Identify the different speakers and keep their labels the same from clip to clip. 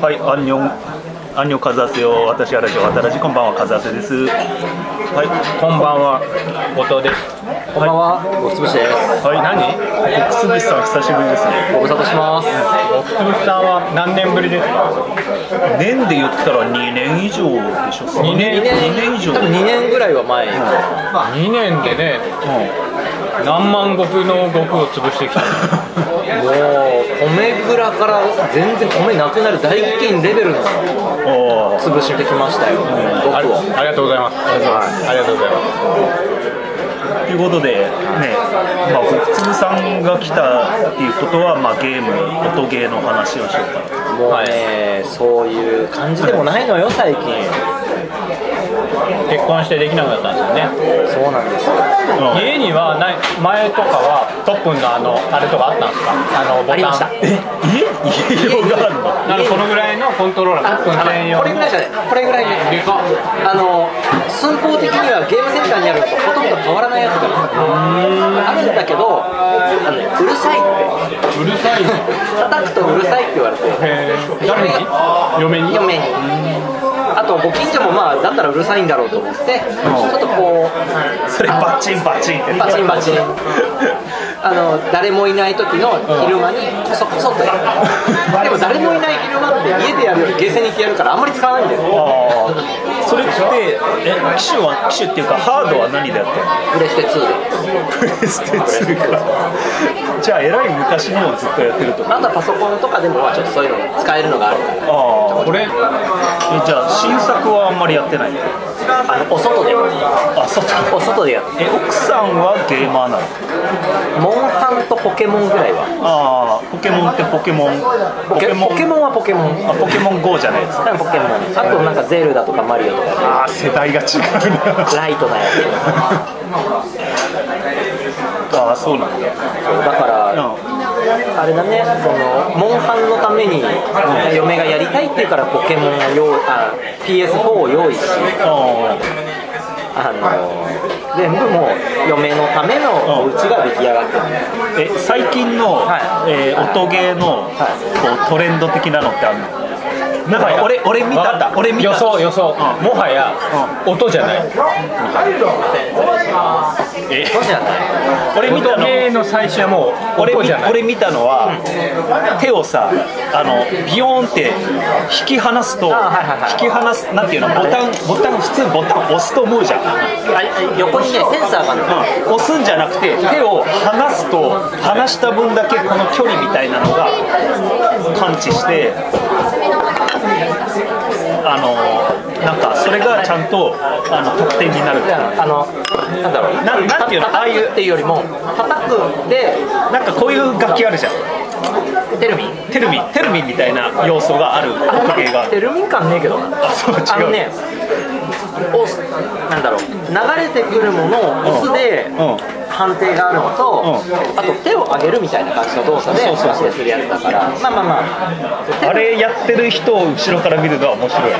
Speaker 1: はい、アンニョン、アンニョンカズアセよ、私はラジオ、新しいこんばんは、カズアセです。はい、
Speaker 2: こんばんは、後藤です。
Speaker 3: こんばんは、ごつぶしです。
Speaker 1: はい、
Speaker 2: 何
Speaker 1: 何国寿司さん、久しぶりですね。
Speaker 3: ご無沙汰します。
Speaker 2: 奥粒さんは何年ぶりですか。
Speaker 1: 年で言ったら2年以上でしょ、2
Speaker 2: 年
Speaker 1: 2年以上。
Speaker 3: 多分2年ぐらいは前。
Speaker 2: 2年でね、何万石の石を潰してきた。
Speaker 3: もう、米蔵から全然米なくなる大飢饉レベルの
Speaker 1: おー
Speaker 3: 潰してきましたよ。
Speaker 2: あ
Speaker 3: 僕を。
Speaker 2: ありがとうございます。ありがとうございま
Speaker 1: ということで、ね、まあ、国粒さんが来たっていうことは、まあ、ゲーム、音ゲーの話をしようかなと。
Speaker 3: もうね、そういう感じでもないのよ、最近。
Speaker 2: す。結婚してできなくなったんですよね。
Speaker 3: そうなんですよ。
Speaker 1: うん
Speaker 2: 家にはない前とかはトップンのあのあれとかあったんですか。あのボ
Speaker 3: あ
Speaker 2: タン。
Speaker 3: りました。
Speaker 1: え、家家用があるの
Speaker 2: あのこのぐらいのコントローラ
Speaker 3: あ
Speaker 2: ー、トップン専
Speaker 3: の
Speaker 2: 用。
Speaker 3: これぐらいじゃない、これぐらい
Speaker 2: で
Speaker 3: ね。
Speaker 2: かっ。
Speaker 3: あの、寸法的にはゲームセンターにあるのとほとんど変わらないやつがあるんだけど、あのねうるさいって。
Speaker 2: うるさいな。
Speaker 3: 叩くとうるさいって言われて。
Speaker 2: へー誰に？嫁に。
Speaker 3: 嫁にあとご近所もまあだったらうるさいんだろうと思ってちょっとこう
Speaker 1: それ、バッチンバッチンって。
Speaker 3: バチンバチンあの誰もいない時の昼間にこそこそとやるでも誰もいない昼間って家でやるよりゲーセンに行ってやるからあんまり使わないんだよ
Speaker 1: ああ、それって、え、機種は、機種っていうか、ハードは何でやってるの
Speaker 3: プレステ2
Speaker 1: プ
Speaker 3: で
Speaker 1: レステ2か。じゃあ、えらい昔のをずっとやってると。あ
Speaker 3: まだパソコンとかでもまあちょっとそういうの使えるのがあるから
Speaker 1: あ
Speaker 2: これ
Speaker 1: ー、えじゃあ、新作はあんまりやってないの
Speaker 3: あのお外で
Speaker 1: あ、そうだ。
Speaker 3: お外でやる
Speaker 1: え、奥さんはゲーマーなの
Speaker 3: モンハンとポケモンぐらいは
Speaker 1: ああ、ポケモンってポケモン。ポ
Speaker 3: ポケ
Speaker 1: ケモン。
Speaker 3: ポケモンはポケモン
Speaker 1: あ、ポケモン GO じゃないですか。
Speaker 3: 多分ポケモンあとなんかゼルダとかマリオとか
Speaker 1: ああ、世代が違うな。
Speaker 3: ライトなやつ
Speaker 1: ああ、そうなんだ。
Speaker 3: そうだから、
Speaker 1: うん
Speaker 3: あれだね、そのモンハンのために嫁がやりたいって言うからポケモンを用意あ PS4 を用意し、
Speaker 1: あ
Speaker 3: あの全部もう嫁のためのお家が出来上がってる、
Speaker 1: ーえ、最近の、
Speaker 3: は
Speaker 1: えー音ゲーの、こうトレンド的なのってあるのなんか俺俺見
Speaker 2: わか
Speaker 1: た
Speaker 2: った。
Speaker 1: 俺見た
Speaker 2: 予想予想。もはや音じゃない。
Speaker 1: え
Speaker 3: そうじゃない
Speaker 1: 俺見た
Speaker 2: 音
Speaker 1: の
Speaker 2: ゲーの最初はもう
Speaker 1: 俺
Speaker 2: 音
Speaker 1: 見
Speaker 2: じゃない。
Speaker 1: 俺見たのは手をさあのビヨーンって引き離すと
Speaker 3: あはいはいはい
Speaker 1: 引き離すなんていうのボタンボタン普通ボタン押すと思うじゃん、
Speaker 3: あ横にねセンサーがあるの
Speaker 1: うん、押すんじゃなくて手を離すと離した分だけこの距離みたいなのが感知してあのなんかそれがちゃんとあの得点になる
Speaker 3: だからあのなんだろう
Speaker 1: ななんていうの
Speaker 3: た
Speaker 1: ああいう
Speaker 3: 叩くっていうよりも叩くで
Speaker 1: なんかこういう楽器あるじゃん
Speaker 3: テルミン
Speaker 1: テルミンテルミンみたいな要素がある音ゲーがある
Speaker 3: テルミン感ねえけどな
Speaker 1: あそう違う
Speaker 3: あのね、押すなんだろう、流れてくるものを押すで
Speaker 1: うんうん
Speaker 3: 判定があるのと、あと手を上げるみたいな感じの動作で
Speaker 1: そうそう
Speaker 3: 判
Speaker 1: そう
Speaker 3: 定するやつだから、まあまあまあ、
Speaker 1: あれやってる人を後ろから見るのは面白い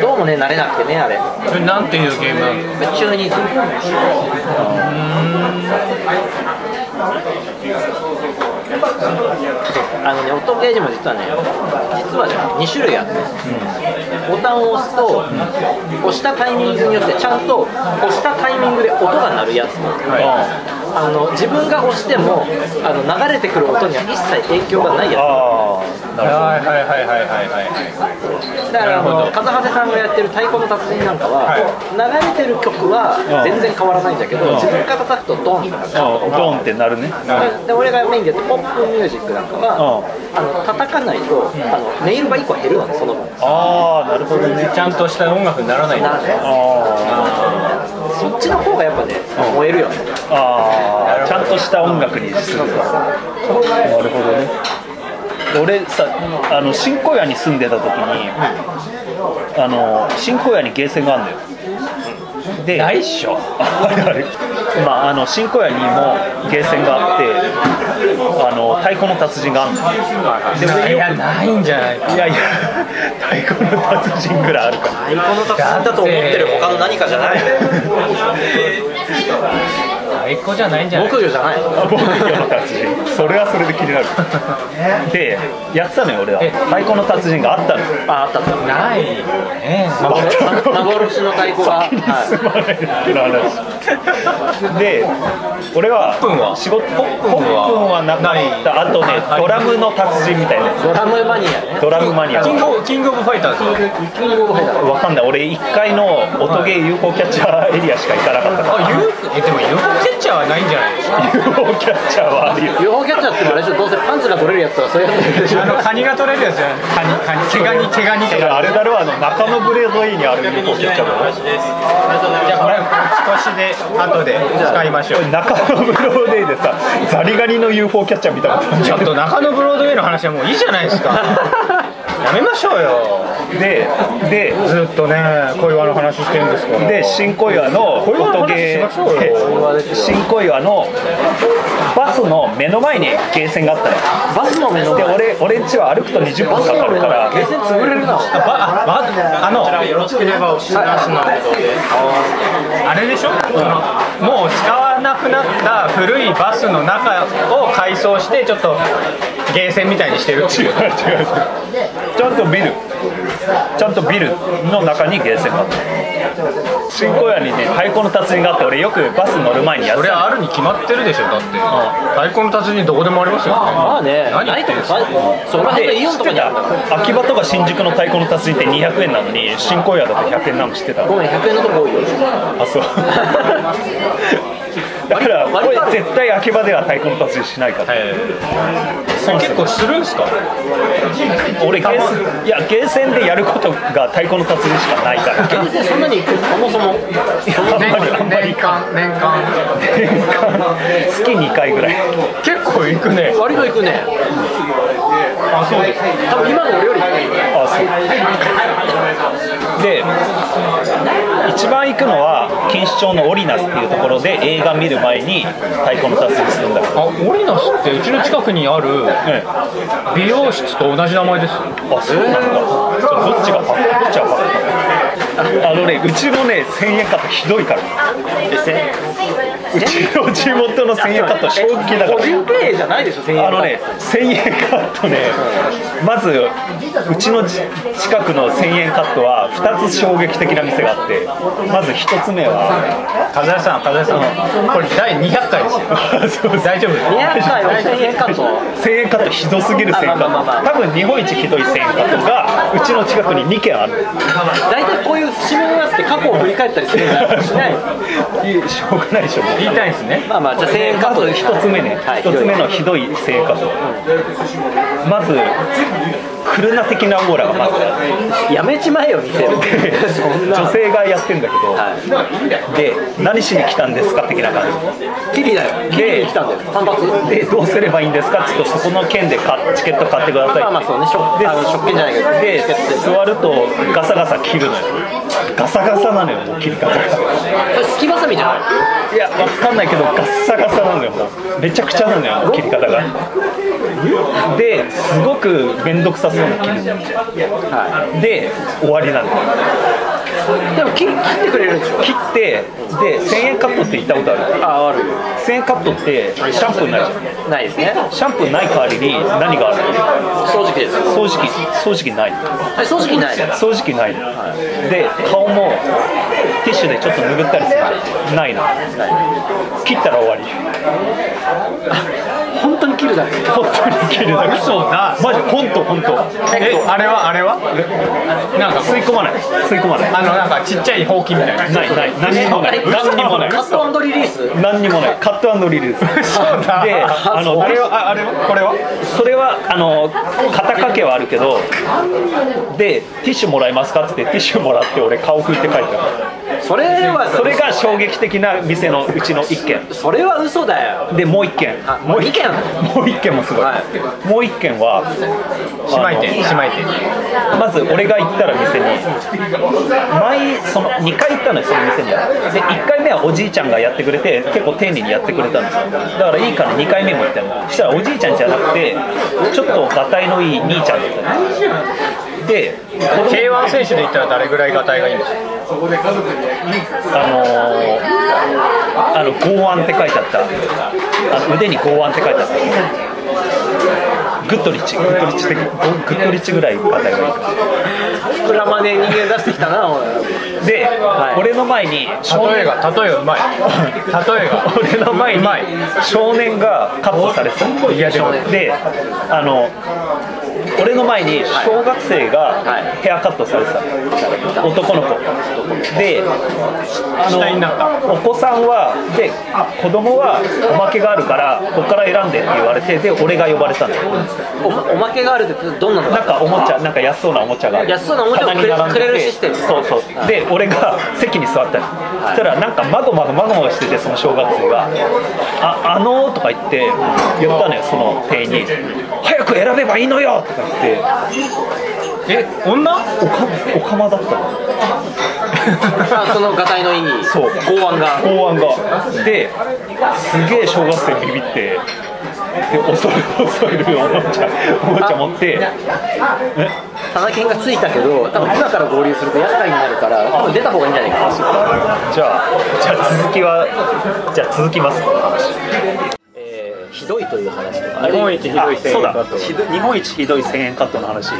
Speaker 3: どうもね、慣れなくてね、あれ、
Speaker 2: それなんていうゲームなんですか
Speaker 3: 中二時あのね、音ゲージも実はね、実はじゃ2種類あって、ボタンを押すと、押したタイミングによって、ちゃんと押したタイミングで音が鳴るやつと、あの自分が押してもあの流れてくる音には一切影響がないや
Speaker 1: あ
Speaker 2: はいはいはいはいはいはい
Speaker 3: つだからあ
Speaker 2: な
Speaker 3: の
Speaker 2: るほど
Speaker 3: 風ハさんがやってる「太鼓の達人」なんかは、
Speaker 2: はい
Speaker 3: 流れてる曲は
Speaker 1: うん
Speaker 3: 全然変わらないんだけど、
Speaker 1: うん
Speaker 3: 自分が叩くとドンとか
Speaker 1: あドンってなるね
Speaker 3: で俺がメインでやってるポップミュージックなんかは、あの叩かないと、あのネイルが1個減るのねその分
Speaker 1: ああなるほどね
Speaker 2: ちゃんとした音楽にならないんだ
Speaker 3: なので
Speaker 1: あ
Speaker 3: そっちの方がやっぱね燃えるよね
Speaker 1: ーあーちゃんとした音楽にするなるほどね俺さあの新小屋に住んでた時にあの新小屋にゲーセンがあるんだよで
Speaker 2: ないっしょ
Speaker 1: あるあるまああの新小屋にもゲーセンがあってあの太鼓の達人があるんだよ
Speaker 2: でもいやないんじゃないか
Speaker 1: いやいや、太鼓の達人ぐらいあるか
Speaker 3: 太鼓の達人だと思ってる他の何かじゃない
Speaker 2: 最高じゃないんじゃない
Speaker 4: 木魚じゃない
Speaker 1: あ僕魚の達人それはそれで気になる でやってたのよ俺は
Speaker 2: え
Speaker 1: 太鼓の達人があったのよ
Speaker 4: ああったあった
Speaker 2: ないね
Speaker 4: 幻 幻の太鼓が
Speaker 1: 先に
Speaker 4: はい
Speaker 1: 進まないっていう話で俺は
Speaker 2: ポップンは
Speaker 1: 仕事ポップン
Speaker 2: ポップン
Speaker 1: ポップンは
Speaker 2: は
Speaker 1: なかったあとね
Speaker 2: い
Speaker 1: ドラムの達人みたいなや
Speaker 4: ドラムマニアね
Speaker 1: つドラムマニア
Speaker 2: キングオブキングオブファイターズ
Speaker 4: キングオブファイター
Speaker 1: わかんない俺1階の音ゲー有効キャッチャーエリアしか行かなかったから
Speaker 2: あ U えでも U キャッチャーはないんじゃないですか
Speaker 1: 有効キャッチャーはあるよ
Speaker 4: UFO キャッチャーってもあれでしょどうせパンツが取れるやつとかそういうやつでしょ
Speaker 2: あのカニが取れるやつじゃないカニカニ毛ガニ毛ガニ
Speaker 1: それあれだろあの中野ブレード E にある有効キャッチャーだろ
Speaker 2: じゃあこれ少しで後で使いましょ
Speaker 1: こ
Speaker 2: う
Speaker 1: れ中野ブローデイでさザリガニの UFO キャッチャー見たことある
Speaker 2: ちょっと中野ブロードウェイの話はもういいじゃないです かやめましょうよ
Speaker 1: でで
Speaker 2: ずっとね小岩の話してるんですけど
Speaker 1: で新小岩の
Speaker 2: 小岩の
Speaker 1: 音
Speaker 2: 話し
Speaker 1: ゲ
Speaker 2: ましょうよ
Speaker 1: ーで新小岩のバスの目の前にゲーセンがあったのよ
Speaker 4: バスの目の
Speaker 1: で
Speaker 4: 前
Speaker 1: 俺俺んちは歩くと20分
Speaker 4: バ
Speaker 1: か
Speaker 4: ス
Speaker 1: か
Speaker 4: の目
Speaker 1: る
Speaker 4: の
Speaker 1: から
Speaker 4: 前ゲーセン潰れるな
Speaker 2: あばあばあのよろしければお知らせのあれでしょ、そのもう使わなくなった古いバスの中を改装してちょっとゲーセンみたいにしてるってい
Speaker 1: 違
Speaker 2: う
Speaker 1: う違うちゃんとビルちゃんとビルの中にゲーセンがあった新小屋にね太鼓の達人があって俺よくバス乗る前にやっ
Speaker 2: そ
Speaker 1: て
Speaker 2: れ
Speaker 1: たの
Speaker 2: はあるに決まってるでしょだって太鼓の達人どこでもありますよね
Speaker 4: まあね
Speaker 2: 何言ってんすか
Speaker 4: その辺のイオンとかにあるんだ
Speaker 1: で秋葉とか新宿の太鼓の達人って200円なのに新小屋だと100円なの知ってた
Speaker 4: ごめん100円のとこ多いよ
Speaker 1: あ そうだからこ
Speaker 4: 割
Speaker 1: れ
Speaker 4: とある
Speaker 1: 絶対秋葉では太鼓の達人しないから、
Speaker 2: えーそれ結構するんすか
Speaker 1: 俺ゲーセンいやゲーセンでやることが太鼓の達人しかない から
Speaker 4: ゲーセンそんなに行くそもそも
Speaker 1: あんまりあんまり
Speaker 2: 年間年間
Speaker 1: 年間月2回ぐらい
Speaker 2: 結構行くね
Speaker 4: 割と行くね
Speaker 2: あそうです
Speaker 4: 多分今の俺より行くね
Speaker 1: あそうで一番行くのは錦糸町のオリナスっていうところで映画見る前に太鼓の達人するんだけど
Speaker 2: あオリナスってうちの近くにある美容室と同じ名前ですよ
Speaker 1: あそうなんだ、じゃあどっちがパッどっちがパッあのねうちのね1000円カットひどいからうちの地元の1000円カット衝撃だか
Speaker 4: 個人
Speaker 1: ら
Speaker 4: 経営じゃないでしょ1000円
Speaker 1: あのね1000円カットねまずうちのじ近くの1000円カットは2つ衝撃的な店があってまず1つ目は
Speaker 2: 風谷さん風谷さんこれ第200回ですよ 大丈夫です
Speaker 4: 200回を1000円カット
Speaker 1: 1000円カットひどすぎる1000円カ
Speaker 4: あまあまあま
Speaker 1: ッ
Speaker 4: あ
Speaker 1: ト多分日本一ひどい1000円カットがうちの近くに2軒ある
Speaker 4: 大体こういう節目のやつって過去を振り返ったりするんだしない
Speaker 1: いいしょうがないでしょもう
Speaker 2: 言いたいんですね
Speaker 4: まあまあじゃあ1000円カットで
Speaker 1: 一つ目ね、
Speaker 4: はい
Speaker 1: 一つ目のひどい生活、まず、クルナ的なオーラがまずあっ
Speaker 4: やめちまえよ店 を
Speaker 1: て、女性がやってんだけど、
Speaker 4: は
Speaker 1: で、何しに来たんですか的な感
Speaker 4: いキリだよキリに来たんだよ単発
Speaker 1: じ、で、どうすればいいんですかって言うと、そこの券で買っチケット買ってくださいって、
Speaker 4: まあまあそうね食
Speaker 1: で
Speaker 4: あの食券じゃないけど
Speaker 1: で
Speaker 4: チケット
Speaker 1: 座るとガサガサ切るのよ、ガサガサなのよ、もう切り方が。
Speaker 4: これすきばさみじゃない
Speaker 1: いや、わかんないけど、ガッサガサなのよ、もうめちゃくちゃなのよ、もう切り方が。で、すごく面倒くさそうに切るの
Speaker 4: は
Speaker 1: で、終わりなのよ、
Speaker 4: いでも切切ってくれるんでしょ
Speaker 1: 切って、で、1000円カットって言ったことある、
Speaker 4: あある
Speaker 1: 1000円カットってシャンプーないじゃん、
Speaker 4: ないですね
Speaker 1: シャンプーない代わりに何がある
Speaker 4: 掃除機です
Speaker 1: 掃除機、掃除機ない、
Speaker 4: はい掃除機ないです
Speaker 1: 掃除機ない、で、顔もティッシュでちょっと拭ったりするないの、切ったら終わり、
Speaker 4: 本当に切るだけ
Speaker 1: 本当に切るだけ。
Speaker 2: 嘘だ
Speaker 1: マジ本当本当
Speaker 2: えあれはあれはなんかこう
Speaker 1: 吸い込まない吸い込まない
Speaker 2: あのなんかちっちゃいほうきみたいな
Speaker 1: ないない何にもない何にもない
Speaker 4: カットアンドリリース
Speaker 1: 何にもないカットアンドリリース
Speaker 2: そうだ
Speaker 1: であの
Speaker 2: あれはああれはこれは
Speaker 1: それはあの肩掛けはあるけどでティッシュもらえますかって言ってティッシュもらって俺顔拭いて帰った
Speaker 4: それは
Speaker 1: それが衝撃的な店のうちの1軒
Speaker 4: それは嘘だよ
Speaker 1: でもう1軒
Speaker 4: あ
Speaker 1: もう一
Speaker 4: もう一
Speaker 1: もう1軒もすごい、
Speaker 4: は
Speaker 1: もう1軒は
Speaker 2: 姉妹
Speaker 1: あの
Speaker 2: 店姉妹店
Speaker 1: まず俺が行ったら店に前その2回行ったのよその店にはで1回目はおじいちゃんがやってくれて結構丁寧にやってくれたんですよだからいいから2回目も行ったのそしたらおじいちゃんじゃなくてちょっとがたいのいい兄ちゃんだったので
Speaker 2: K1 選手で言ったら誰ぐらいがたいがいいんですか
Speaker 1: あのーあの剛腕って書いてあったあの腕に剛腕って書いてあったグッドリッチグッドリッチってグッドリッチぐらい硬いがいいか
Speaker 4: 膨らまねえ人間出してきたなおい
Speaker 1: で、
Speaker 4: い
Speaker 1: 俺の前に少
Speaker 2: 例
Speaker 1: 年
Speaker 2: えが例えがうまい例えが
Speaker 1: 俺の前に
Speaker 2: うまい
Speaker 1: 少年がカットされてた
Speaker 2: いやでも
Speaker 1: であの俺の前に小学生
Speaker 4: は
Speaker 1: が
Speaker 4: い
Speaker 1: ヘアカットされてた男の子であ
Speaker 2: 死体になった
Speaker 1: お子さんはで子供はおまけがあるからここから選んでって言われてで俺が呼ばれたんだよ
Speaker 4: おまおまけがあるってどんなの
Speaker 1: なんかおもちゃなんか安そうなおもちゃがある
Speaker 4: 安そうなおもちゃを
Speaker 1: 棚に並んでて
Speaker 4: くれるシステム
Speaker 1: そうそうで俺が席に座ったのそしたらなんかまごまごまごまごしててその小学生が「ああのー」とか言って言ったのよその店員に「早く選べばいいのよ」とか言って
Speaker 2: え女
Speaker 1: おかおかまだったの
Speaker 4: あそのがたいのいい
Speaker 1: そ
Speaker 4: 剛
Speaker 1: う
Speaker 4: 腕が
Speaker 1: 公安がですげえ小学生ビビってで恐る恐るおもちゃおもちゃ持って
Speaker 4: タナケンがついたけど多分今から合流すると厄介になるから多分出た方がいいんじゃないかな
Speaker 1: じゃあじゃあ続きはじゃあ続きますこの話
Speaker 4: えーひどいという話とか
Speaker 2: 日本一ひどい選手だと
Speaker 1: あそうだひど日本一ひどい1000円カットの話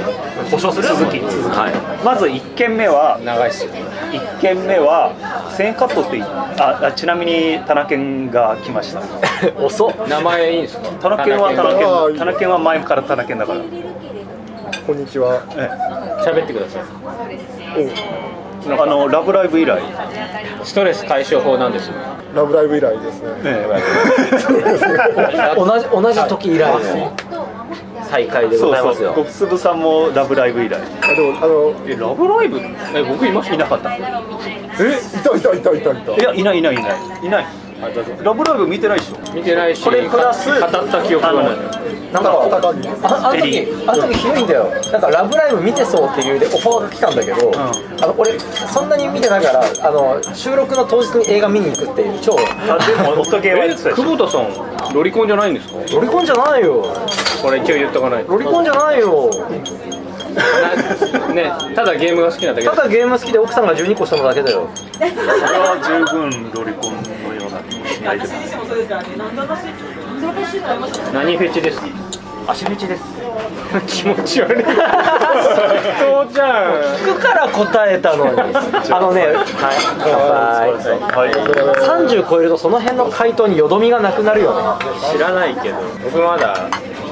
Speaker 4: 保証する
Speaker 1: 続き続き
Speaker 4: はい
Speaker 1: まず1件目は
Speaker 2: 長いっすよ
Speaker 1: 1件目は1000円カットっていああちなみに田中健が来ました
Speaker 4: 遅っ
Speaker 2: 名前いいんですか
Speaker 1: 田中健は田
Speaker 5: 田中
Speaker 1: 中
Speaker 5: 健
Speaker 1: 健田中健は前から田中健だから
Speaker 5: こんにちは。
Speaker 2: 喋ってください
Speaker 1: あのラブライブ以来
Speaker 2: ストレス解消法なんですよ
Speaker 5: ラブライブ以来ですね。
Speaker 4: 同じ同じ時以来の再会でご
Speaker 1: そう
Speaker 4: ざいます
Speaker 1: そう
Speaker 4: よ
Speaker 1: 極粒さんもラブライブ以来
Speaker 5: あでもあの
Speaker 1: えラブライブえ僕いましたいなかったい
Speaker 5: えいたいたいたいたいた。
Speaker 1: やいないいないいないいないラブライブ見てないでしょ
Speaker 2: 見てないし
Speaker 1: これプラス
Speaker 2: 語った記憶がない
Speaker 3: なんか
Speaker 5: 高木です。
Speaker 3: ああの
Speaker 1: デ
Speaker 3: 時
Speaker 1: リ
Speaker 3: あの時ひどいんだよなんか「ラブライブ!」見てそうっていう理由でオファーが来たんだけど、あの俺そんなに見てないからあの収録の当日に映画見に行くっていう超
Speaker 1: あでも音ゲーはや
Speaker 2: え
Speaker 1: ってたでしょ
Speaker 2: 久保田さんロリコンじゃないんですか
Speaker 3: ロリコンじゃないよ
Speaker 2: これ一応言っとかないと
Speaker 3: ロリコンじゃないよ
Speaker 2: なねただゲームが好きなだけ
Speaker 3: ただゲーム好きで奥さんが12個したのだけだよ
Speaker 1: それは十分ロリコンのような気もしないです
Speaker 2: 何フェチですか
Speaker 3: 足道です
Speaker 2: 気持ち悪いそうじゃん
Speaker 3: 聞くから答えたのにあのねはい乾
Speaker 1: は
Speaker 3: 杯
Speaker 1: い
Speaker 3: 30超えるとその辺の回答によどみがなくなるよね
Speaker 2: 知らないけど僕まだ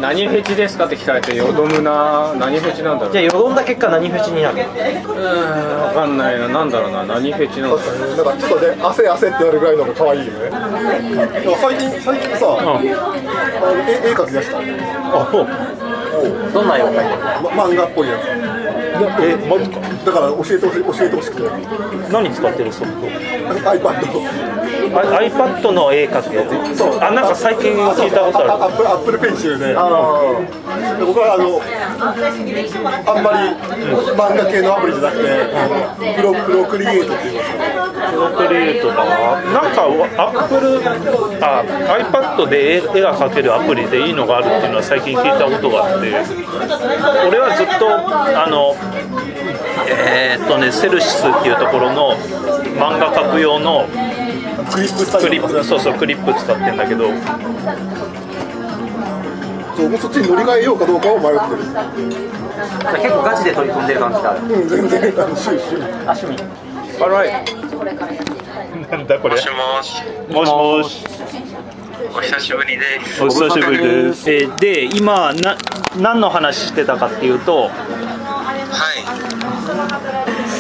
Speaker 2: 何フェチですかって聞かれてよどむな何フェチなんだろう
Speaker 3: じゃあよどんだ結果何フェチになる
Speaker 2: うーんわかんないななんだろうな何フェチなんだろう
Speaker 5: なんかちょっとね汗汗ってなるぐらいのが可愛いよね。でも最近最近さ、あの絵絵描き出した。
Speaker 1: あそう
Speaker 3: どんなよう
Speaker 5: ま漫画っぽいやつ。
Speaker 1: えマジか
Speaker 5: だから教えてほしい教えてほしくて。
Speaker 1: 何使ってるソフト
Speaker 5: iPad。
Speaker 1: あ iPad の絵描くやつあなんか最近聞いたことある
Speaker 5: アップルアップルペンシルで。あの僕はあのあんまり漫画系のアプリじゃなくて、あのプロプロクリエイトっていうのですかね。
Speaker 1: プロクリエイトかなんかアップルあ iPad で絵絵が描けるアプリでいいのがあるっていうのは最近聞いたことがあって俺はずっとあのえーっとねセルシスっていうところの漫画描く用の
Speaker 5: クリップスタ
Speaker 1: ク
Speaker 5: ジ
Speaker 1: リ
Speaker 5: オ
Speaker 1: ッ
Speaker 5: と
Speaker 1: プ
Speaker 5: か
Speaker 1: そうそうクリップ使ってんだけど
Speaker 5: そうもうそっちに乗り換えようかどうかを迷ってる。
Speaker 3: 結構ガチで取り組んでる感じがある
Speaker 5: うん、全然楽しいし。
Speaker 1: なんだこれ
Speaker 6: もしもし、
Speaker 1: もしもし
Speaker 6: お久しぶりです。
Speaker 1: お久しぶりです。えーで今な何の話してたかっていうと
Speaker 6: は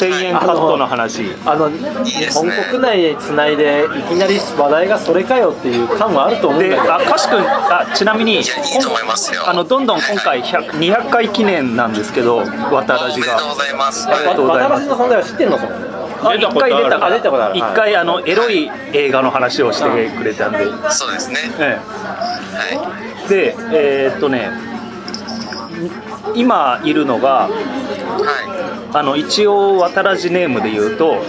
Speaker 1: 1000円カットの話。
Speaker 3: あの
Speaker 6: い
Speaker 3: 日
Speaker 6: です
Speaker 3: 本
Speaker 6: ね
Speaker 3: 国内つないでいきなり話題がそれかよっていう感はあると思うんだ
Speaker 1: で
Speaker 3: けど
Speaker 1: あかしくんあちなみに
Speaker 6: い、いや、いいと思いますよ。
Speaker 1: あのどんどん今回100 200回記念なんですけど渡ら
Speaker 6: お
Speaker 1: じ
Speaker 6: めで
Speaker 1: が
Speaker 6: とうございます。
Speaker 1: ありがとうございます
Speaker 3: 私の存在は知ってんのそれ
Speaker 1: あ一回出た
Speaker 3: あ出たことある
Speaker 1: 一回あのエロい映画の話をしてくれたんで、
Speaker 6: そうですね。
Speaker 1: え
Speaker 6: は
Speaker 1: えでえーっとね今いるのが
Speaker 6: い。は
Speaker 1: あの一応渡らじネームで言うと
Speaker 6: い。は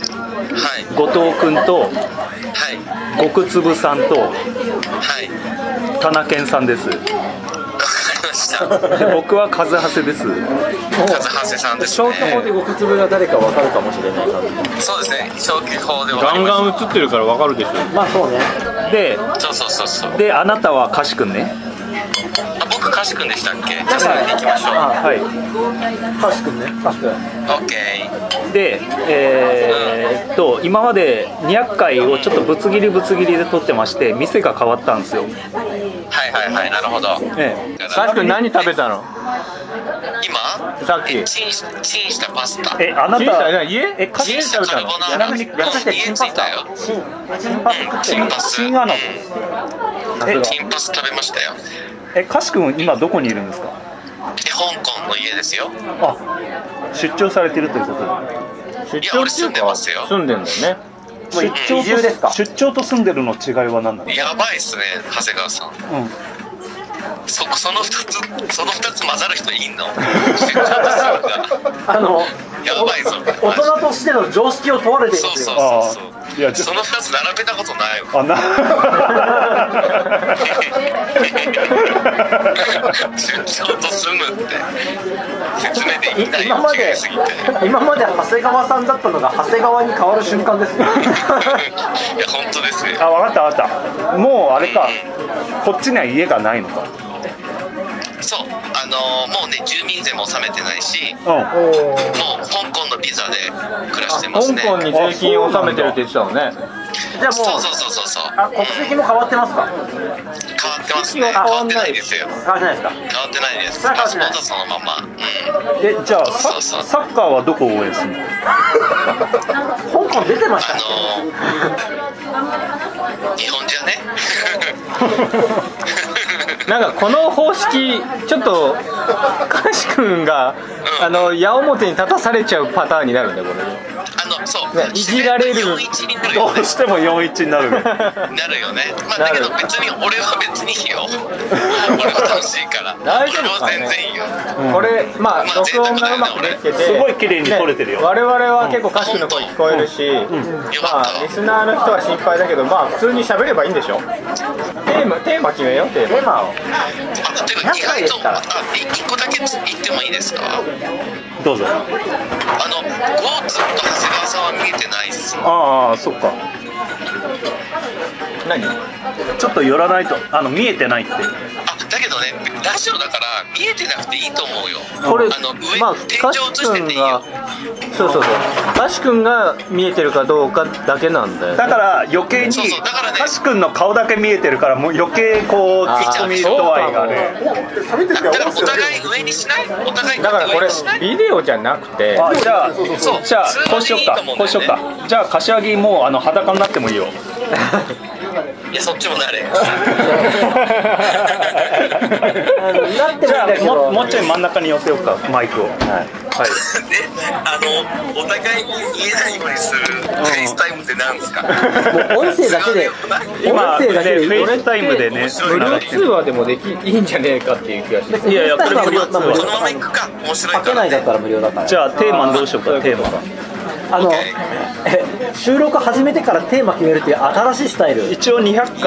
Speaker 6: い。
Speaker 1: 後藤君と
Speaker 6: はい。
Speaker 1: 極粒さんと
Speaker 6: はい。
Speaker 1: 田中健さんです
Speaker 6: わかりました。カ
Speaker 7: で僕はカズハセです。
Speaker 6: ズハセさんです
Speaker 8: 消去法でごくつぶが誰かわかるかもしれない感じ
Speaker 6: そうですね。消去法でわか
Speaker 7: ガ
Speaker 6: り
Speaker 7: ン
Speaker 6: ま
Speaker 7: ガン
Speaker 6: し
Speaker 7: 映ってるからわかるでしょ。
Speaker 3: まあそうね
Speaker 7: で、
Speaker 6: た。そうそうそうそう。
Speaker 7: で、あなたはカシ君ね。
Speaker 6: あ、僕カシ君でしたっけ？じゃあそれで行きましょう。
Speaker 7: は
Speaker 5: カシ君ね
Speaker 6: オッケー。
Speaker 7: い。で、えーっと、今まで200回をちょっとぶつ切りぶつ切りで撮ってまして、店が変わったんですよ。
Speaker 6: はいはいはい。なるほど。
Speaker 7: え
Speaker 8: 確かに何食べたの
Speaker 6: 今？
Speaker 8: さっき
Speaker 6: えチンしチンしたパスタ。
Speaker 7: え、えあな
Speaker 8: 小さい
Speaker 7: た、
Speaker 8: な家
Speaker 7: え、カ
Speaker 6: チン
Speaker 7: シ
Speaker 6: したカルボナーラ。うん家着いたよ。うんチンパス。
Speaker 1: チンアナゴ
Speaker 6: うんチンパス食べましたよ。
Speaker 1: えカシ君今どこにいるんですか
Speaker 6: で香港の家ですよ。
Speaker 1: あ出張されてるということで
Speaker 8: 出
Speaker 6: いや俺住んでますよ
Speaker 8: 住んでんだよね
Speaker 1: 出張
Speaker 3: 移住です
Speaker 1: と
Speaker 3: か
Speaker 1: 出張と住んでるの違いは何なの、うん、
Speaker 6: やばいっすね長谷川さん。そその二つその二つ混ざる人いんの？ 出張と住むが
Speaker 3: あの
Speaker 6: やばいぞ。
Speaker 3: 大人としての常識を問われてい
Speaker 6: そう
Speaker 3: ます
Speaker 6: そう
Speaker 3: よ
Speaker 1: あ
Speaker 6: そうそう。
Speaker 1: いやちょ
Speaker 6: その二つ並べたことないわ。
Speaker 1: あな
Speaker 6: 出張と住むって説明できないよ
Speaker 3: 今ま
Speaker 6: 違
Speaker 3: で
Speaker 6: いすぎて。
Speaker 3: 今まで長谷川さんだったのが長谷川に変わる瞬間 ですよ
Speaker 6: いや本当ですよ。
Speaker 1: あ分かった分かったもうあれかこっちには家がないのか
Speaker 6: そうあのーもうね住民税も納めてないし、もう
Speaker 1: う
Speaker 6: 香港のビザで暮らして
Speaker 8: 香
Speaker 6: ますね。
Speaker 8: 港に税金を納めてるって言ってたもんね
Speaker 3: じゃあも
Speaker 6: そう
Speaker 3: う
Speaker 6: そうそうそうそう。
Speaker 3: あ国籍も変わってますか
Speaker 6: 変わってますね。変わってないですよ。
Speaker 3: 変わってないですか
Speaker 6: 変わってないです。
Speaker 3: それは変
Speaker 6: パ
Speaker 3: わって
Speaker 6: スポ
Speaker 3: ない
Speaker 6: ートそのまま。うん。
Speaker 1: んえじゃあサ
Speaker 6: そうそう
Speaker 1: サッカーはどこを応援するの
Speaker 3: 香港出てま した
Speaker 6: あのー、日本じゃね。
Speaker 2: なんかこの方式ちょっとカシ君があの矢面に立たされちゃうパターンになるんだよこれ
Speaker 6: あのそう、
Speaker 2: ねいじられる
Speaker 6: 自然と41になる
Speaker 1: ど
Speaker 6: よね
Speaker 1: うしても41になるね
Speaker 6: なるよねまあだけど別に俺は別に いいよ俺は楽しいから
Speaker 2: 大丈夫かね
Speaker 6: 俺は全然いいよ
Speaker 2: これまあ
Speaker 6: まあ
Speaker 2: 録音がうまくできてて
Speaker 1: すごい綺麗に撮れてるよ
Speaker 2: ね我々は結構歌手の声聞こえるし、
Speaker 6: よ
Speaker 2: ま
Speaker 6: かった
Speaker 2: あリスナーの人は心配だけどまあ普通に喋ればいいんでしょテーマテーマ決めようテーマ
Speaker 6: あてか意外とあ一個だけ言ってもいいですかあの
Speaker 1: どうぞ
Speaker 6: ゴーツと長谷川さんは見えてないっす
Speaker 1: ああそっか
Speaker 2: 何
Speaker 1: ちょっと寄らないとあの見えてないって
Speaker 6: あだけどねラジオだから見えてなくていいと思うよ
Speaker 8: これ
Speaker 6: あの上、
Speaker 8: まあ
Speaker 6: 天井
Speaker 8: カ
Speaker 6: 映
Speaker 8: シ
Speaker 6: しててい
Speaker 8: 君
Speaker 6: いよ
Speaker 8: がそうそうそうカシ君が見えてるかどうかだけなんだよ
Speaker 1: だから余計に
Speaker 6: そうそうだからね
Speaker 1: カシ君の顔だけ見えてるからもう余計こうツッコミ度合いがね
Speaker 5: 喋ってるか
Speaker 6: だ
Speaker 5: ら
Speaker 6: から
Speaker 5: 面
Speaker 6: お
Speaker 5: 白い
Speaker 6: 互い上にしないお互い
Speaker 2: だからこ
Speaker 6: 上
Speaker 2: れ
Speaker 6: にしない
Speaker 2: ビデオじゃなくて
Speaker 1: あじゃあ
Speaker 6: そう
Speaker 1: じゃあこうしよっか
Speaker 6: 普通のいいと思うんだよね
Speaker 1: こうしよっかじゃあ柏木もうあの裸になってもいいよ
Speaker 6: いやそっちもなれ
Speaker 1: じゃあ
Speaker 3: なってもいいんだけど
Speaker 1: もうもうちょい真ん中に寄せようかマイクをはい、
Speaker 6: で、あの、お互いに言えないようにするフェイスタイムってなんですか。も
Speaker 3: もう音声だけ で
Speaker 1: 今
Speaker 3: 音声だけ
Speaker 1: ね
Speaker 3: で
Speaker 1: フェイスタイムでね
Speaker 2: 無料通話でもできいいんじゃねえかっていう気がして
Speaker 3: い
Speaker 1: やいやこれ無料通話
Speaker 6: このまま行くか、面白い
Speaker 8: か
Speaker 6: から。
Speaker 8: いだったら無料だから
Speaker 1: じゃあテーマどうしようかテーマ
Speaker 3: あの
Speaker 6: OK
Speaker 3: え収録始めてからテーマ決めるっていう新しいスタイル
Speaker 1: 一応200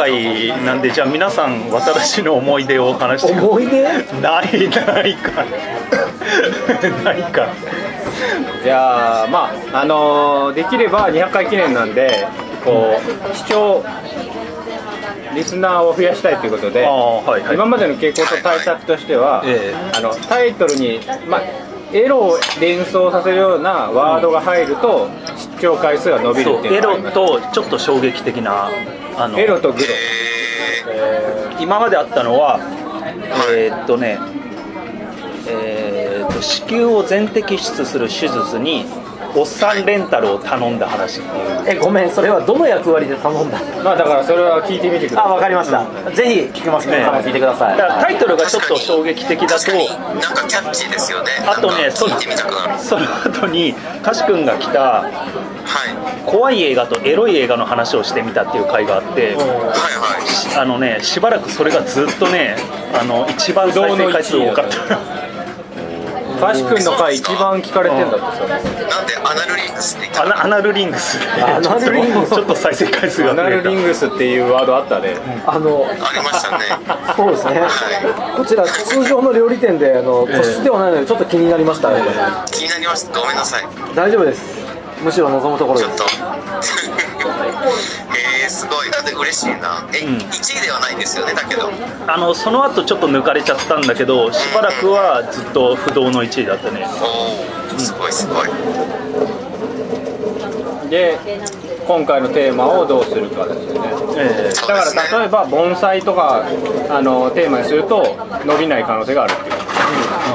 Speaker 1: 回なんでじゃあ皆さん私の思い出を話してください
Speaker 3: 思い出
Speaker 1: ないないかないか
Speaker 2: じゃあまああのーできれば200回記念なんでこう視聴リスナーを増やしたいということで
Speaker 1: ああはいはい
Speaker 2: 今までの傾向と対策としては、
Speaker 1: ええ
Speaker 2: あのタイトルに、まあ、エロを連想させるようなワードが入ると視聴回数が伸びる
Speaker 1: そ
Speaker 2: っ
Speaker 1: う
Speaker 2: てい
Speaker 1: エ
Speaker 2: うのがあ
Speaker 1: ロ
Speaker 2: ります
Speaker 1: とちょっと衝撃的なあの
Speaker 2: エロとグロ
Speaker 1: 今まであったのはえーっとねえーっと子宮を全摘出する手術におっさんレンタルを頼んだ話っていう
Speaker 3: えごめんそれはどの役割で頼んだ
Speaker 2: まあだからそれは聞いてみてくだ
Speaker 3: あ
Speaker 2: さい
Speaker 3: わかりました、ぜひ聞きますね
Speaker 1: ね
Speaker 3: 聞いてくださ
Speaker 1: だ
Speaker 3: い
Speaker 1: からタイトルがちょっと衝撃的だ
Speaker 6: 確
Speaker 1: と
Speaker 6: かになんかキャッチーですよね。
Speaker 1: あとね
Speaker 6: なんか
Speaker 1: そ
Speaker 6: 聞
Speaker 1: の
Speaker 6: いてみたくなる。
Speaker 1: その 後にカシ君が来た
Speaker 6: はい。はい
Speaker 1: 怖い映画とエロい映画の話をしてみたっていう回があって
Speaker 6: は
Speaker 1: あのねしば らくそれがずっとねあの一番再生回数多かった
Speaker 2: バシ君の回一番聞かれてんだってさ
Speaker 6: なんでアナルリングスって言った
Speaker 1: ア
Speaker 6: ら
Speaker 1: ナアナルリングスで
Speaker 3: アナルリングス
Speaker 1: ちょっとちょっと再生回数が
Speaker 2: ア
Speaker 1: 増
Speaker 2: ナ
Speaker 1: え
Speaker 2: ル
Speaker 1: た
Speaker 2: リングスっていうワードあったで、
Speaker 3: あの
Speaker 6: ありましたね
Speaker 3: そうですね
Speaker 6: は
Speaker 3: こちら通常の料理店であの個室ではないのでちょっと気になりました、
Speaker 6: い気になりますごめんなさい
Speaker 3: 大丈夫ですむしろ望むところ
Speaker 6: ちょ
Speaker 3: で
Speaker 6: っ
Speaker 3: す
Speaker 6: とえー、すごいなんで嬉しいなえ、1位ではないんですよねだけど
Speaker 1: あのその後ちょっと抜かれちゃったんだけどしばらくはずっと不動の1位だったね
Speaker 6: おおすごいすごい
Speaker 2: で今回のテーマをどうするかですよね
Speaker 1: え
Speaker 6: そうで
Speaker 2: だ
Speaker 6: す
Speaker 2: か
Speaker 6: ね
Speaker 2: ら例えば盆栽とかあのテーマにすると伸びない可能性があるっていう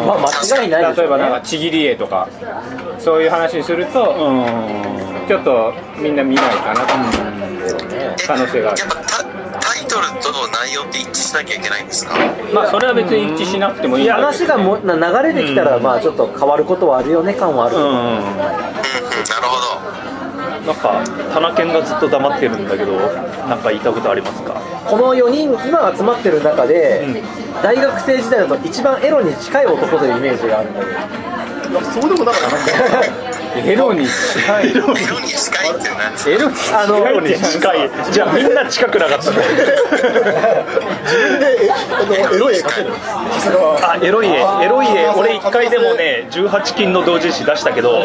Speaker 3: まあ間違いないです
Speaker 2: 例え
Speaker 3: よ
Speaker 2: ばなんかちぎり絵とかそういう話にする
Speaker 1: え
Speaker 2: と、
Speaker 1: うん
Speaker 2: ちょっとみんな見ないかなと、
Speaker 6: え
Speaker 2: 可能性がある
Speaker 6: やっぱタタイトルと内容って一致しなきゃいけないんですか
Speaker 2: まあそれは別に一致しなくてもいいんだけど
Speaker 3: 話がもうな流れてきたらまあちょっと変わることはあるよね感はある、
Speaker 1: うんうん
Speaker 6: うんうんなるほど
Speaker 1: なんか、タナケンがずっと黙ってるんだけど、なんか言いたいことありますか
Speaker 3: この4人今集まってる中で、大学生時代だと一番エロに近い男というイメージがあるんだけど
Speaker 5: そうでもなかった
Speaker 2: エロに近い
Speaker 6: エロに近いってなんですか
Speaker 2: エロに
Speaker 3: あの
Speaker 1: 近い。じゃあみんな近くなかったね。
Speaker 5: 自分でえあのエロい絵描けるそれは
Speaker 1: あ、エロい絵、エロい絵、俺一回でもね、18金の同人誌出したけど、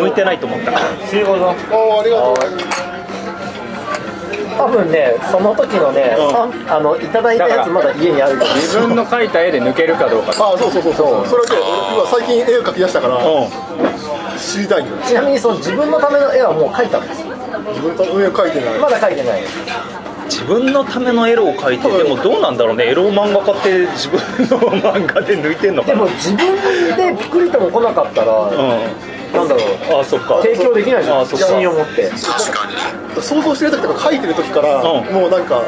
Speaker 1: 向いてないと思った。
Speaker 5: あありがとうございます
Speaker 3: 多分ねその時のね、さんあのいただいたやつまだ家にあるけど
Speaker 2: 自分の描いた絵で抜けるかどうか
Speaker 5: あそうそうそうそうそれで俺今最近絵を描き出したから知りたいんだよ
Speaker 3: ちなみにその自分のための絵はもう描いたんです
Speaker 5: 自分の絵を描いてない
Speaker 3: まだ描いてない
Speaker 1: 自分のためのエロを描いて、でもどうなんだろうね、エロ漫画家って自分の漫画で抜いてんの
Speaker 3: で
Speaker 1: かな。
Speaker 3: も自分でピクリとも来なかったら、なんだろう
Speaker 1: うん。あ、そっか。
Speaker 3: 提供できないじゃん
Speaker 1: あそっか
Speaker 3: 自信を持って
Speaker 6: 確かに
Speaker 5: 想像してる時とか描いてる時から
Speaker 1: うん
Speaker 5: もうなんか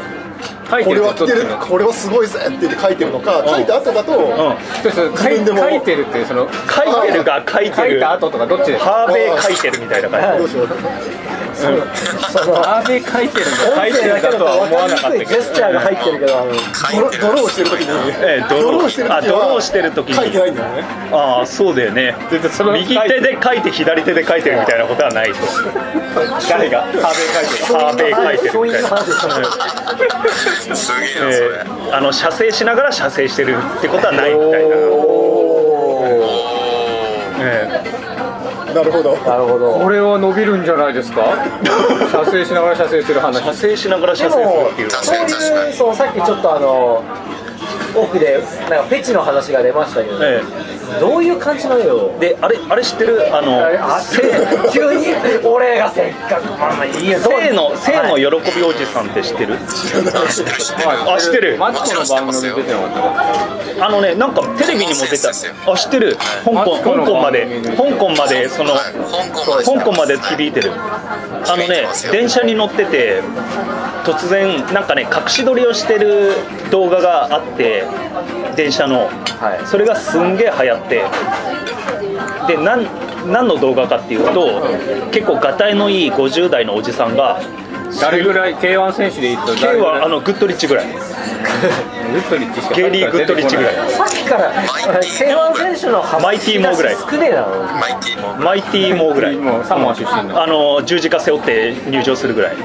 Speaker 2: 描い
Speaker 5: こ
Speaker 2: て
Speaker 5: れ
Speaker 2: る
Speaker 5: は
Speaker 2: こと
Speaker 5: 来
Speaker 2: っててい
Speaker 5: る
Speaker 2: うのは
Speaker 5: これはすごいぜって言って描いてるのか描いた後だと
Speaker 1: うん。
Speaker 2: そうそう描い
Speaker 5: でも
Speaker 2: 描いてるっていうその
Speaker 1: 描いてるが描いて
Speaker 2: 描い
Speaker 1: る。
Speaker 2: た
Speaker 1: ハ
Speaker 2: 後とかどっちですか
Speaker 1: ーベイ描いてるみたいな感
Speaker 5: どうしよう
Speaker 2: アーベ描いてるの描いてるだとは思わなかったけ
Speaker 3: ジェスチャーが入ってるけどあの
Speaker 6: 書
Speaker 5: ドロドロー
Speaker 6: いてる
Speaker 5: してる時に
Speaker 1: ええドロー
Speaker 5: してる時
Speaker 1: あ
Speaker 5: は
Speaker 1: ドローしてる時に
Speaker 5: 描いてないんだよね
Speaker 1: じ。ああ、そうだよね。
Speaker 2: どその
Speaker 1: 右手で書いて左手で書いてるみたいなことはないと
Speaker 2: 誰がアーベ描いてる
Speaker 1: ハーベイ書いてる
Speaker 3: 教
Speaker 1: みた
Speaker 3: 員
Speaker 1: い
Speaker 3: の
Speaker 1: な、
Speaker 3: 話でしたね
Speaker 6: すげえなそれ
Speaker 1: えーあの射精しながら射精してるってことはないみたいな、え
Speaker 5: なるほど
Speaker 3: なるほど
Speaker 2: これは伸びるんじゃない ですか射精しながら射精する話
Speaker 1: ー射精しながら射精するっていう
Speaker 3: そういうそうさっきちょっとあの奥でなんかフェチの話が出ましたけど、
Speaker 1: え
Speaker 3: どういう感じなのよ
Speaker 1: ーであれあれ知ってるあの
Speaker 3: あれあせ急に俺がせっかくまあまあいいや
Speaker 1: 性の性の喜びおじさんって知ってる、
Speaker 6: 知ってる知ってる
Speaker 1: あ知ってる
Speaker 2: マツコの番組出てなかった
Speaker 1: あのねなんかテレビにも出たあ知ってる香港
Speaker 2: マツ
Speaker 1: 香
Speaker 2: コの
Speaker 1: 港ま
Speaker 2: 番組
Speaker 1: で香港までその
Speaker 6: はい香港まで
Speaker 1: 香港まで響いてるあの
Speaker 6: 響い
Speaker 1: ね
Speaker 6: てますよ
Speaker 1: 電車に乗ってて突然なんかね隠し撮りをしてる動画があって電車の、
Speaker 3: はい
Speaker 1: それがすんげえ流行ってでなん何の動画かっていうと結構がたいのいい50代のおじさんが
Speaker 2: 誰ぐらい K1 選手でいいと
Speaker 1: K
Speaker 2: 誰ぐらい
Speaker 1: はあのグッドリッチぐらい
Speaker 2: グッドリッチしか
Speaker 1: ゲイリー・グッドリッチぐらい
Speaker 3: さっきから
Speaker 6: マイティ
Speaker 3: K1 選手の話
Speaker 1: マイティモぐらい
Speaker 3: 少ねえなの
Speaker 6: マイティーも
Speaker 1: マイティー・モーぐらい
Speaker 2: もうサモア出身の
Speaker 1: あの十字架背負って入場するぐらい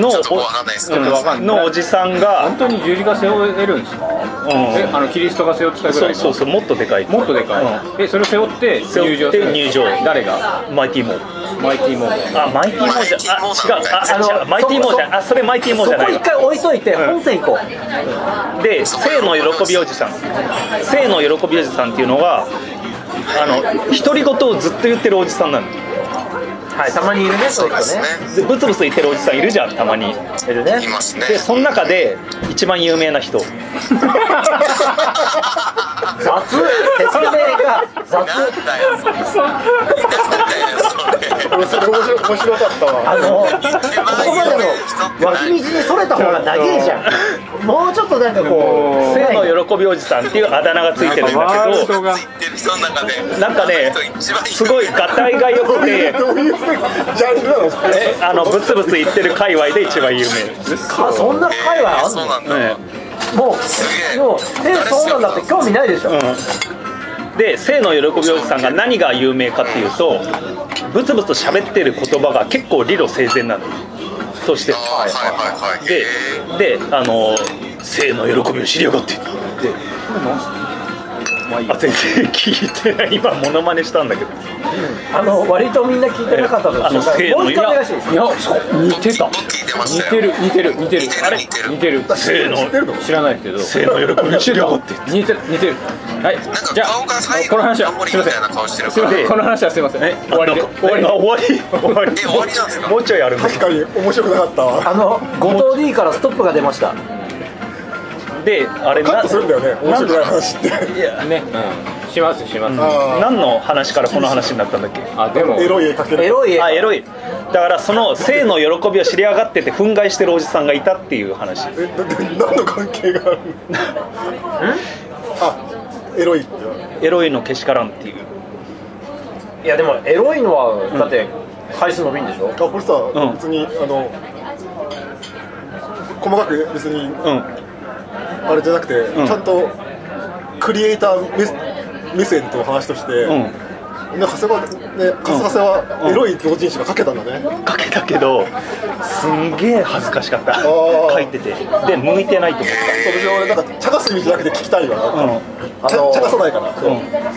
Speaker 1: の
Speaker 6: ちょっとわかんないですけど
Speaker 2: わかん
Speaker 1: うんのおじさんが
Speaker 2: 本、当に十字架背負えるんですかえ
Speaker 1: う
Speaker 2: あのキリストが背負ってた
Speaker 1: ん、
Speaker 2: ぐ
Speaker 1: そ
Speaker 2: らいうの
Speaker 1: そうそうもっとでかい
Speaker 2: もっとでかい、えそれを背負って
Speaker 1: 背負
Speaker 2: 入
Speaker 1: っ
Speaker 2: 場
Speaker 1: て
Speaker 2: する
Speaker 1: 入場
Speaker 2: 誰が
Speaker 1: マイティーモー
Speaker 2: マイティーモー
Speaker 1: あマイティーモーじゃあ
Speaker 6: マイティーモー
Speaker 1: 違
Speaker 6: なん
Speaker 1: う
Speaker 6: だ
Speaker 1: ああ違うマイティーモーじゃあそれマイティーモー
Speaker 3: そ
Speaker 1: じゃ
Speaker 3: こ
Speaker 1: ないわ
Speaker 3: 一回置いといて本線行こう
Speaker 1: で性の喜びおじさん性の喜びおじさんっていうのがあの独り言をずっと言ってるおじさんなの
Speaker 3: はいたまにいるねそういう
Speaker 6: で
Speaker 3: 人
Speaker 6: す
Speaker 3: ね
Speaker 6: ね
Speaker 1: でブツブツ言ってるおじさんいるじゃんたまに
Speaker 3: いるね
Speaker 6: いますね
Speaker 1: でその中で一番有名な人
Speaker 3: 雑説明が雑
Speaker 6: なんだよそれなんだよそれ
Speaker 5: 俺それ面白面白かったわ
Speaker 3: あのこ
Speaker 6: 一番
Speaker 3: こまでの脇道にそれた方が長えじゃんもうちょっとなんかこう
Speaker 1: 性
Speaker 3: 性の
Speaker 1: の喜びおじさんっていうあだ名がついてるんだ
Speaker 2: ワー
Speaker 1: け
Speaker 2: ル
Speaker 1: ど
Speaker 2: ドが
Speaker 6: 言ってる人の中で
Speaker 1: なんかね
Speaker 6: あの人一番
Speaker 1: すごいがたいが良く て
Speaker 5: どういうジャンルなのそれ
Speaker 1: あのブツブツ言ってる界隈で一番有
Speaker 3: かそんな会話あん
Speaker 6: そう
Speaker 3: の
Speaker 6: なんだ
Speaker 1: 名、ね
Speaker 3: も
Speaker 6: すげえ
Speaker 3: うもうでそうなんだって興味ないでしょ
Speaker 1: うん、で性の喜びおじさんが何が有名かっていうとブツブツ喋ってる言葉が結構理路整然なのそして
Speaker 6: ああはいはいはい
Speaker 1: で
Speaker 6: へ
Speaker 1: で
Speaker 6: え
Speaker 1: あの性の喜びを知りやがってであ全然聞いてない今モノマネしたんだけど
Speaker 3: あの割とみんな聞いてなかったと
Speaker 1: あのせーの
Speaker 3: もう一回お願いします
Speaker 2: いや似てた
Speaker 6: 僕聞いてまし
Speaker 2: 似
Speaker 6: た
Speaker 2: て
Speaker 6: よ
Speaker 2: る似てる似てる
Speaker 6: 似てる
Speaker 2: あれ
Speaker 6: 似てる
Speaker 2: 似てる
Speaker 1: 性の
Speaker 2: 知らないけど
Speaker 1: 性の喜びを知りやがって
Speaker 2: 似てる似てるはい
Speaker 6: なんか
Speaker 2: じゃあ
Speaker 6: 顔が最
Speaker 2: この
Speaker 6: 後
Speaker 2: 話
Speaker 6: の
Speaker 2: は
Speaker 6: モリ
Speaker 2: すい
Speaker 6: み
Speaker 2: ません
Speaker 6: たいな顔してる
Speaker 2: すい
Speaker 6: か
Speaker 2: ま
Speaker 6: ら
Speaker 2: せんこの話はすいません終わりで終わり
Speaker 1: あ終わり終わり
Speaker 6: え終わりなんですか
Speaker 1: もうちょいあるんだ
Speaker 5: 確かに面白くなかったわ
Speaker 3: あの後藤 D からストップが出ました
Speaker 1: であれ
Speaker 5: カッ
Speaker 1: な
Speaker 5: トするんだよね面白くない話って
Speaker 2: ねうんしますします
Speaker 5: あ
Speaker 1: 何の話からこの話になったんだっけ
Speaker 2: あでも
Speaker 5: ーエロい絵描ける
Speaker 3: エロい絵
Speaker 1: あエロいだからその性の喜びを知り上がってて憤慨してるおじさんがいたっていう話
Speaker 5: えだって何の関係があるんあエロいって
Speaker 1: エロいのけしからんっていう
Speaker 3: いやでもエロいのはだって回数伸びんでしょ
Speaker 5: あこれさ、
Speaker 1: ん
Speaker 5: 別にあの細かく別に
Speaker 1: うん
Speaker 5: あれじゃなくて、
Speaker 1: ん
Speaker 5: ちゃんとクリエイター目線目線と話として、
Speaker 1: うん
Speaker 5: なんかそこね、カスカセはエロい同人誌が書けたんだね、
Speaker 1: かけたけどすんげえ恥ずかしかった
Speaker 5: ー
Speaker 1: 書いててで向いてないと思っ
Speaker 5: それで俺なんか茶化す意味じゃなくて聞きたいわ、
Speaker 1: た、うん
Speaker 5: ちゃ茶化さないから、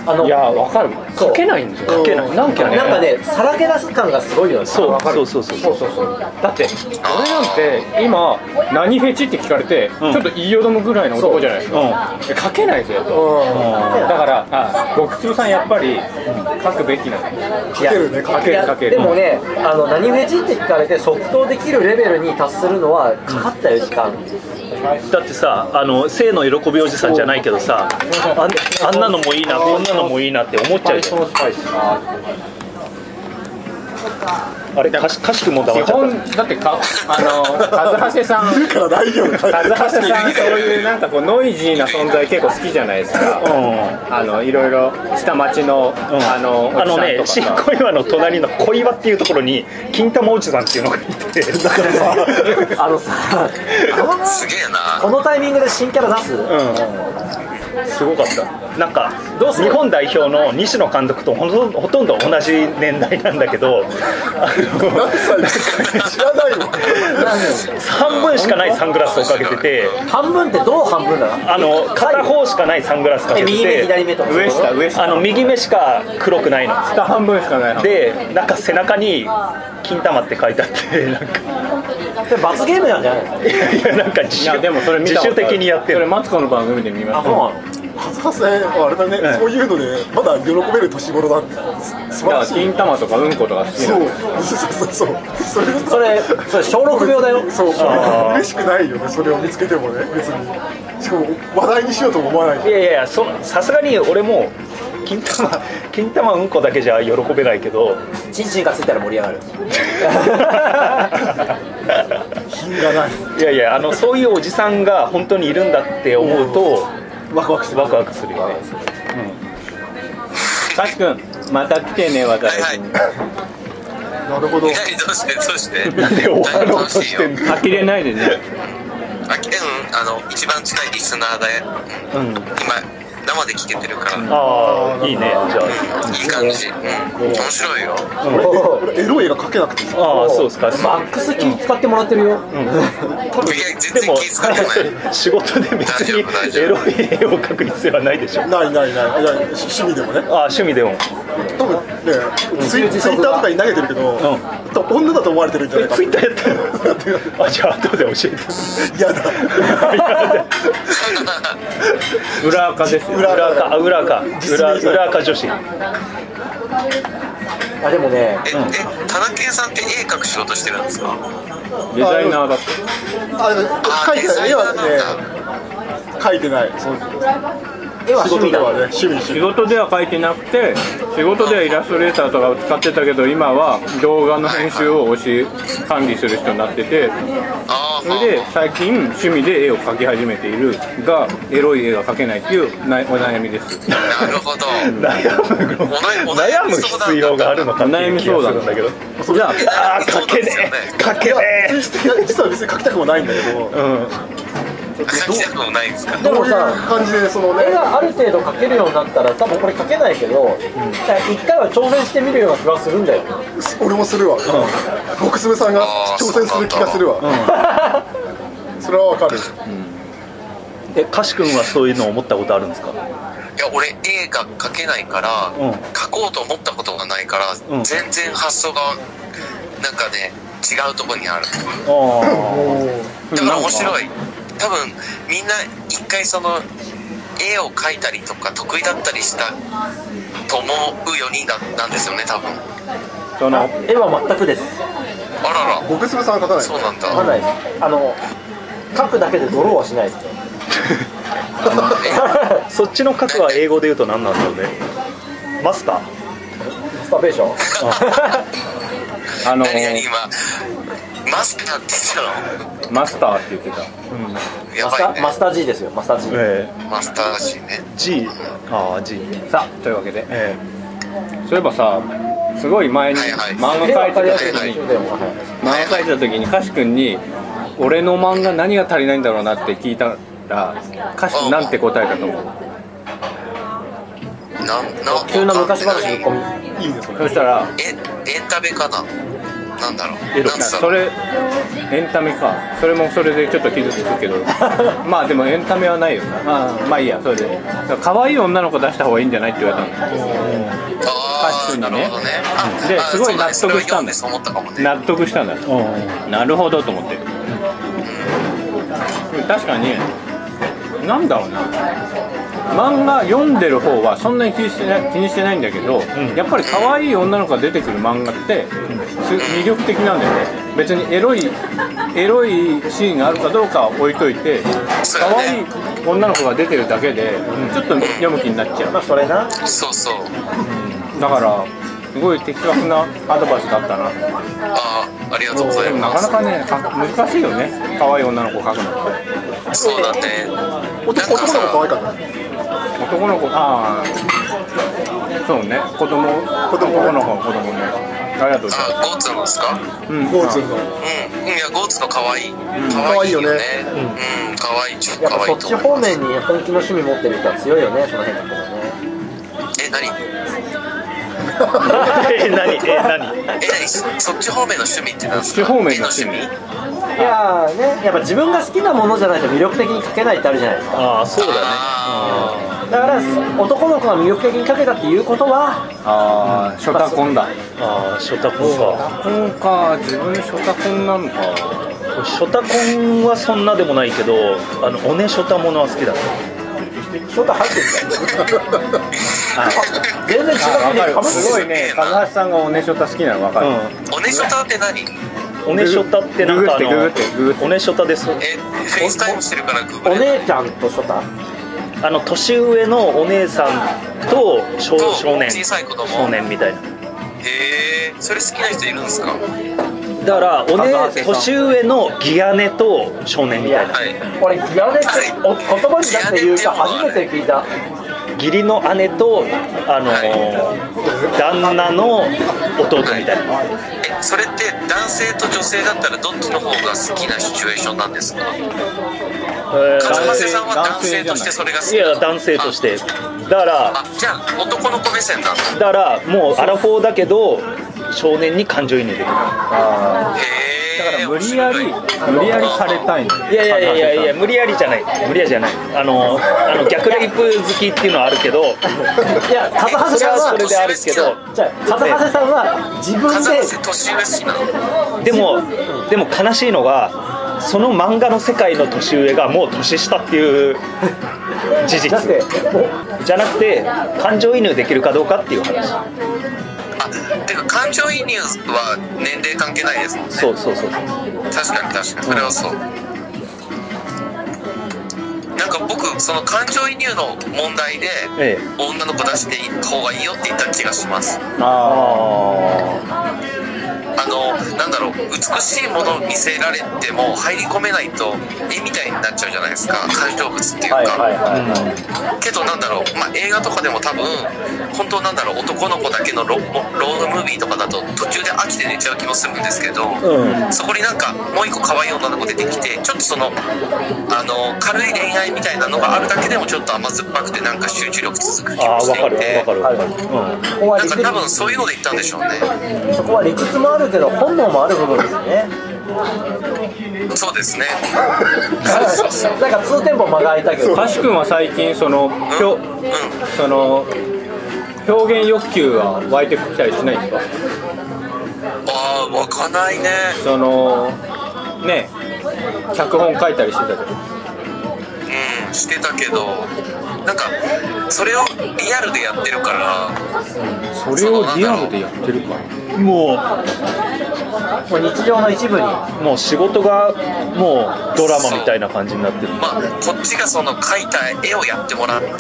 Speaker 3: あの
Speaker 2: いやわかる書けないんですよ
Speaker 5: 書
Speaker 2: 書
Speaker 5: け
Speaker 2: け
Speaker 5: な
Speaker 2: ないいなんかね
Speaker 3: なんかねさらけ出す感がすごいよね
Speaker 1: そう
Speaker 3: わかる
Speaker 1: そうそうそう
Speaker 3: そうそうそう
Speaker 2: だって俺なんて今何フェチって聞かれてち
Speaker 1: うん
Speaker 2: ょっと言いよどむぐらいの男じゃないですか書けないですよやっぱだからあ極通さんやっぱり書くべきなんだ
Speaker 3: いや
Speaker 5: 書けるね書
Speaker 2: 書ける書ける
Speaker 3: でもねあの何フェチって聞かれて即答できるレベルに達するのはかかったよ時間
Speaker 1: うんだってさあの性の喜びおじさんじゃないけどさあんあんなのもいいなこんなのもいいなって思っちゃうじゃんあれ歌詞歌詞くんも黙
Speaker 2: 基
Speaker 1: っちゃっ
Speaker 2: 本だってかあのカズハセさん
Speaker 5: いるから大丈夫
Speaker 2: カズハセ
Speaker 5: 確か
Speaker 2: さ
Speaker 5: に
Speaker 2: んそういうなんかこうノイジーな存在結構好きじゃないですか
Speaker 1: たうん
Speaker 2: あのいろいろ下町の、あのおじ
Speaker 1: あの
Speaker 2: さん
Speaker 1: ね
Speaker 2: と
Speaker 1: 新
Speaker 2: か
Speaker 1: 小岩の隣の小岩っていうところに金玉おじさんっていうのがいて
Speaker 5: だからさ
Speaker 3: あのさ
Speaker 6: すげえ な
Speaker 3: このタイミングで新キャラ出す
Speaker 1: うんすごかったなんか日本代表の西野監督とほとんどほとんど同じ年代なんだけどあ
Speaker 5: 何歳か知らないもん
Speaker 1: の半分しかないサングラスをかけてて
Speaker 3: 半分ってどう半分なの
Speaker 1: あの片方しかないサングラスかけてて
Speaker 3: え右目左目とか
Speaker 2: 上下上下
Speaker 1: あの右目しか黒くないの
Speaker 2: 下半分しかない
Speaker 1: でなんか背中に「金玉」って書いてあってなんか
Speaker 3: で罰ゲームなんじゃないの
Speaker 1: いやいやなんか自主
Speaker 2: いやでもそれ見
Speaker 1: 自
Speaker 2: たこと
Speaker 1: 主
Speaker 2: ある
Speaker 1: 的にやって
Speaker 2: それ
Speaker 1: る
Speaker 2: マツコの番組で見ま
Speaker 3: あ
Speaker 2: し
Speaker 3: そう
Speaker 2: た
Speaker 3: なの
Speaker 5: 恥ずかしいあれだね、
Speaker 1: ん
Speaker 5: そういうのでまだ喜べる年頃だって素晴
Speaker 2: だから
Speaker 5: らしい
Speaker 2: 金玉とかうんことか好きな
Speaker 5: そ
Speaker 2: の
Speaker 5: うそうそうそうそれ
Speaker 3: それそれ小6病だよ
Speaker 5: そう嬉しくないよねそれを見つけてもね別にしかも話題にしようとも思わない
Speaker 1: いやいやいやそさすがに俺も金玉金玉うんこだけじゃ喜べないけど
Speaker 3: チンチンがついたら盛り上がる
Speaker 5: 品がない
Speaker 1: いやいやあのそういうおじさんが本当にいるんだって思うと、ワクワクするワクワクするよね
Speaker 2: カシ君また来てね私
Speaker 6: はいはい
Speaker 5: なるほど
Speaker 6: 意外にどうしてどうして
Speaker 1: なんで終わろうとしてんの
Speaker 2: 呆れないでね
Speaker 6: あうんあの一番近いリスナーで、うん今生で聞けてるから、うん
Speaker 1: ああいいねじゃ
Speaker 6: いい感じ、うん、面白いよ
Speaker 5: 俺エロい絵が描けなくて
Speaker 1: あああそうですか
Speaker 3: マックス気使ってもらってるよ
Speaker 6: いや全
Speaker 1: で
Speaker 6: 然
Speaker 1: も
Speaker 6: 気づ かない
Speaker 1: 仕事で別に
Speaker 6: 大丈
Speaker 1: エ
Speaker 6: 夫
Speaker 1: ロい絵を描く必要はないでしょ
Speaker 5: ないないないいや趣趣味でもね
Speaker 1: ああ趣味でも
Speaker 5: 多分ねツイツイッターとかに投げてるけど、多分女だと思われてるんじゃ
Speaker 1: え
Speaker 5: ないか
Speaker 1: ツイッターやってるのあじゃあ後で教えて
Speaker 5: 嫌だ
Speaker 2: 裏垢ですよ
Speaker 5: 裏
Speaker 1: 裏垢あ裏垢裏
Speaker 5: 実名
Speaker 1: 裏垢女子
Speaker 3: あでもね
Speaker 6: え、え、田中さんって絵描く仕事してるんですか。
Speaker 2: デザイナーだって
Speaker 5: あでも描いてない絵はね描いてないそう
Speaker 3: 絵は
Speaker 5: 仕
Speaker 3: 趣
Speaker 5: 事
Speaker 3: 味
Speaker 5: で
Speaker 3: だ
Speaker 5: はね趣味趣
Speaker 2: 仕
Speaker 5: 味
Speaker 2: 事では書いてなくて仕事ではイラストレーターとかを使ってたけど今は動画の編集を推し管理する人になってて
Speaker 6: ああ、
Speaker 2: それで最近趣味で絵を描き始めているがエロい絵が描けないっていうなお悩みです
Speaker 6: なるほど。
Speaker 1: 悩む
Speaker 6: お
Speaker 1: 悩む必要があるのかっていう気がするんだけど
Speaker 2: じゃあ
Speaker 1: ああ
Speaker 6: そ
Speaker 1: 書
Speaker 6: うなん
Speaker 1: け
Speaker 6: ですよ
Speaker 1: ね
Speaker 6: ね
Speaker 1: え書けね
Speaker 5: いや実は別に描きたくもないんだけど、
Speaker 1: えうん
Speaker 6: 書きたくもないんですか
Speaker 3: でもさ
Speaker 5: 感じでそのね
Speaker 3: 絵がある程度描けるようになったら多分これ描けないけど、だから一回は挑戦してみるような気がするんだよ
Speaker 5: 俺もするわ、僕すさんが挑戦する気がするわ、それはわかる
Speaker 1: えカシ君はそういうの思ったことあるんですか
Speaker 6: いや俺絵が描けないから、
Speaker 1: うん
Speaker 6: 描こうと思ったことがないから、
Speaker 1: うん
Speaker 6: 全然発想がなんかね違うとこにあるだから面白い多分みんな一回その絵を描いたりとか得意だったりしたと思う4人だなんですよね多分あ
Speaker 2: その
Speaker 3: 絵は全くです
Speaker 6: らら
Speaker 5: 僕すさんは書かない
Speaker 6: そうなんだ
Speaker 3: 分かんないですあの描くだけでドローはしないです
Speaker 1: そっちの角は英語で言うと何なんだろうねマスター
Speaker 3: スタベーション
Speaker 2: あの
Speaker 6: 何々今マスターって言っ
Speaker 2: マスターって言ってた
Speaker 6: たのや
Speaker 3: マス
Speaker 6: ば
Speaker 3: タ
Speaker 6: いね
Speaker 3: マスター G ですよマスター G、
Speaker 1: え
Speaker 6: マスターだしね
Speaker 1: え G ああ G
Speaker 2: さあというわけで
Speaker 1: え
Speaker 2: そういえばさすごい前に
Speaker 6: はいはい
Speaker 2: 漫
Speaker 3: 絵
Speaker 2: 画描いて
Speaker 3: は分か
Speaker 2: た
Speaker 3: りや
Speaker 2: 時
Speaker 3: すいです
Speaker 2: に
Speaker 3: よでもはい
Speaker 2: 漫画描いてた時にカシ君に「俺の漫画何が足りないんだろうな」って聞いたらカシ君なんて答えたと思う
Speaker 6: なんな
Speaker 3: 急な昔話ぶっ込み
Speaker 2: そしたら
Speaker 6: えエンタメかななんだろう
Speaker 2: エロ
Speaker 6: なんつった
Speaker 2: そ
Speaker 6: の
Speaker 2: れエンタメかそれもそれでちょっと傷つくけどまあでもエンタメはないよなまあいいやそれでだから可愛い女の子出した方がいいんじゃないって言われたの
Speaker 6: あ
Speaker 2: 歌
Speaker 6: あ
Speaker 2: 詞に
Speaker 6: な
Speaker 2: ね
Speaker 6: るほどねあ
Speaker 2: で
Speaker 6: あ
Speaker 2: すごい納得
Speaker 6: そうだね
Speaker 2: したんだよ
Speaker 6: それを読んでそう思ったかもね
Speaker 2: 納得したんだよなるほどと思って確かになんだろうな漫画読んでる方はそんなに気にしてない気にしてないんだけど、やっぱり可愛い女の子が出てくる漫画って、す魅力的なんだよね別にエロいエロいシーンがあるかどうかは置いといて
Speaker 6: そう
Speaker 2: 可
Speaker 6: だ
Speaker 2: 愛い
Speaker 6: ね
Speaker 2: 女の子が出てるだけで、ちょっと読む気になっちゃう
Speaker 3: まあそれな
Speaker 6: そうそう
Speaker 2: だからすごい的確なアドバイスだったな
Speaker 6: ああありがとうござ
Speaker 2: で
Speaker 6: い
Speaker 2: もな
Speaker 6: ま
Speaker 2: か
Speaker 6: す
Speaker 2: なかねか難しいよね可愛い女の子描くのって
Speaker 6: そうだねなん
Speaker 5: 男の子
Speaker 6: か
Speaker 5: 可愛
Speaker 6: さ
Speaker 5: かったね
Speaker 2: 男の子ああそうね子供
Speaker 5: 子供
Speaker 2: 男の子子供ねありがとうござい
Speaker 6: あゴーツのですか
Speaker 2: ます、うん、
Speaker 5: ゴーツン
Speaker 2: あ
Speaker 5: の
Speaker 6: うんいやゴーツの可愛い
Speaker 5: 可愛いよね
Speaker 6: うん可愛い超
Speaker 3: やっ
Speaker 6: 可
Speaker 3: ぱ
Speaker 6: 愛
Speaker 3: そ
Speaker 6: い
Speaker 3: っ
Speaker 6: と
Speaker 3: ち
Speaker 6: 思う
Speaker 3: 方面に本気の趣味持ってる人は強いよねその辺だけどね
Speaker 6: え何
Speaker 1: え何え何
Speaker 6: え何そそっち方面の趣味って何です
Speaker 2: そ
Speaker 6: か
Speaker 2: っち方面の趣味
Speaker 6: 絵の趣味
Speaker 3: いやーねやっぱ自分が好きなものじゃないと魅力的に描けないってあるじゃないですか
Speaker 1: ああそうだね
Speaker 6: あ
Speaker 3: だから男の子が魅力的に描けたっていうことは
Speaker 2: あーショタコンだシ
Speaker 1: ああショタコンか
Speaker 2: ョタコンか自分ショタコンなのか
Speaker 1: ショタコンはそんなでもないけどあのおねショタものは好きだね
Speaker 3: 翔太入ってるんだよ全然違
Speaker 2: あ
Speaker 3: う
Speaker 2: 分か
Speaker 3: ね
Speaker 2: るすごいね高橋さんがおねショタ好きなの分かる、
Speaker 6: ーおねしょたって何
Speaker 1: おねショタってなんかあの
Speaker 2: ググってググってググって
Speaker 1: おねショタです
Speaker 6: えフェイスタイムしてるからグーグ
Speaker 3: お
Speaker 6: ル
Speaker 3: 姉ちゃんと翔太
Speaker 1: あの年上のお姉さんと少
Speaker 6: と
Speaker 1: 少年
Speaker 6: 小さい子供
Speaker 1: 少年みたいな
Speaker 6: へえそれ好きな人いるんですかは
Speaker 1: だからお、
Speaker 2: 高橋さ
Speaker 1: ね、
Speaker 2: ん
Speaker 1: 年上のギアネと少年みたいない
Speaker 3: 俺ギアネってお言葉に出して言うか初めて聞いた
Speaker 1: 義理の姉とあのー、旦那の弟みたいな
Speaker 6: えそれって男性と女性だったらどっちの方が好きなシチュエーションなんですか
Speaker 1: え
Speaker 6: 勝間
Speaker 1: ー
Speaker 6: 瀬さんは男
Speaker 2: 男
Speaker 6: 性
Speaker 2: 性
Speaker 6: としてそれが好き
Speaker 1: いや男性としてだから
Speaker 6: あじゃあ男の子目線なん
Speaker 1: だ
Speaker 6: だ
Speaker 1: からもうアラフォーだけど少年に感情移入できる
Speaker 6: へ
Speaker 2: だか
Speaker 6: え
Speaker 2: ら無理やり無理やりされたいの
Speaker 1: いやいやいやいやいや無理やりじゃない無理やりじゃないあのあの逆レイプ好きっていうのはあるけど
Speaker 3: いや風
Speaker 1: それはそ
Speaker 3: 橋さんは
Speaker 1: れであるけど
Speaker 3: じゃあ風橋さんは自分
Speaker 6: 風
Speaker 3: で
Speaker 6: 間瀬年上好きなの
Speaker 1: でもでも悲しいのがその漫画の世界の年上がもう年下っていう事実
Speaker 3: だって
Speaker 1: じゃなくて感情移入できるかどうかっていう話
Speaker 6: あてか感情移入は年齢関係ないですもんね
Speaker 1: そうそうそうそう
Speaker 6: 確かに確かにそれはそう、なんか僕その感情移入の問題で、
Speaker 1: ええ
Speaker 6: 女の子出していい方がいいよって言った気がします
Speaker 1: あ
Speaker 6: あのなんだろう美しいものを見せられても入り込めないと絵みたいになっちゃうじゃないですか感動物っていうか、けどなんだろう、まあ、映画とかでも多分本当なんだろう男の子だけのロロードムービーとかだと途中で飽きて寝ちゃう気もするんですけど、そこになんかもう一個可愛い女の子出てきてちょっとそのあの軽い恋愛みたいなのがあるだけでもちょっと甘酸っぱくてなんか集中力続く気もしていて
Speaker 3: ここは
Speaker 6: なん
Speaker 3: 理
Speaker 6: か
Speaker 3: 屈
Speaker 6: 多分そういうので言ったんでしょうね
Speaker 3: そこは理屈もあるけど本能もある部分ですね
Speaker 6: そうですね
Speaker 3: なんか通店舗間が空いたけど
Speaker 8: 橋君は最近そのひょその表現欲求は湧いてきたりしないんですか
Speaker 6: ああ湧かないね
Speaker 8: そのね脚本書いたりしてたじゃん
Speaker 6: うんしてたけどなんかそれをリアルでやってるから
Speaker 8: それをリアルでやってるから
Speaker 1: も
Speaker 3: もう日常の一部に
Speaker 1: うもう仕事がもうドラマみたいな感じになってる
Speaker 6: まあ、こっちがその描いた絵をやってもらって
Speaker 1: ん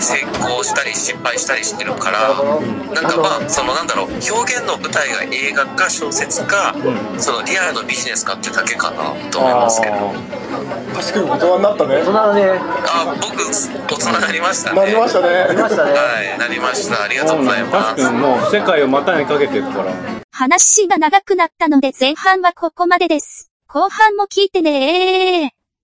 Speaker 6: 成功したり失敗したりしてるからなんかまあそのなんだろう表現の舞台が映画か小説かそのリアルのビジネスかってだけかなと思いますけど
Speaker 5: 確かに大人になったね
Speaker 3: 大人だね
Speaker 6: あ僕大人になりましたね
Speaker 5: なりました
Speaker 3: あり
Speaker 5: ね
Speaker 3: ましたね
Speaker 6: はいなりましたありがとうございま
Speaker 8: 確
Speaker 6: す
Speaker 8: 君もう世界を股にかけてるから
Speaker 9: 話が長くなったので前半はここまでです。後半も聞いてねー。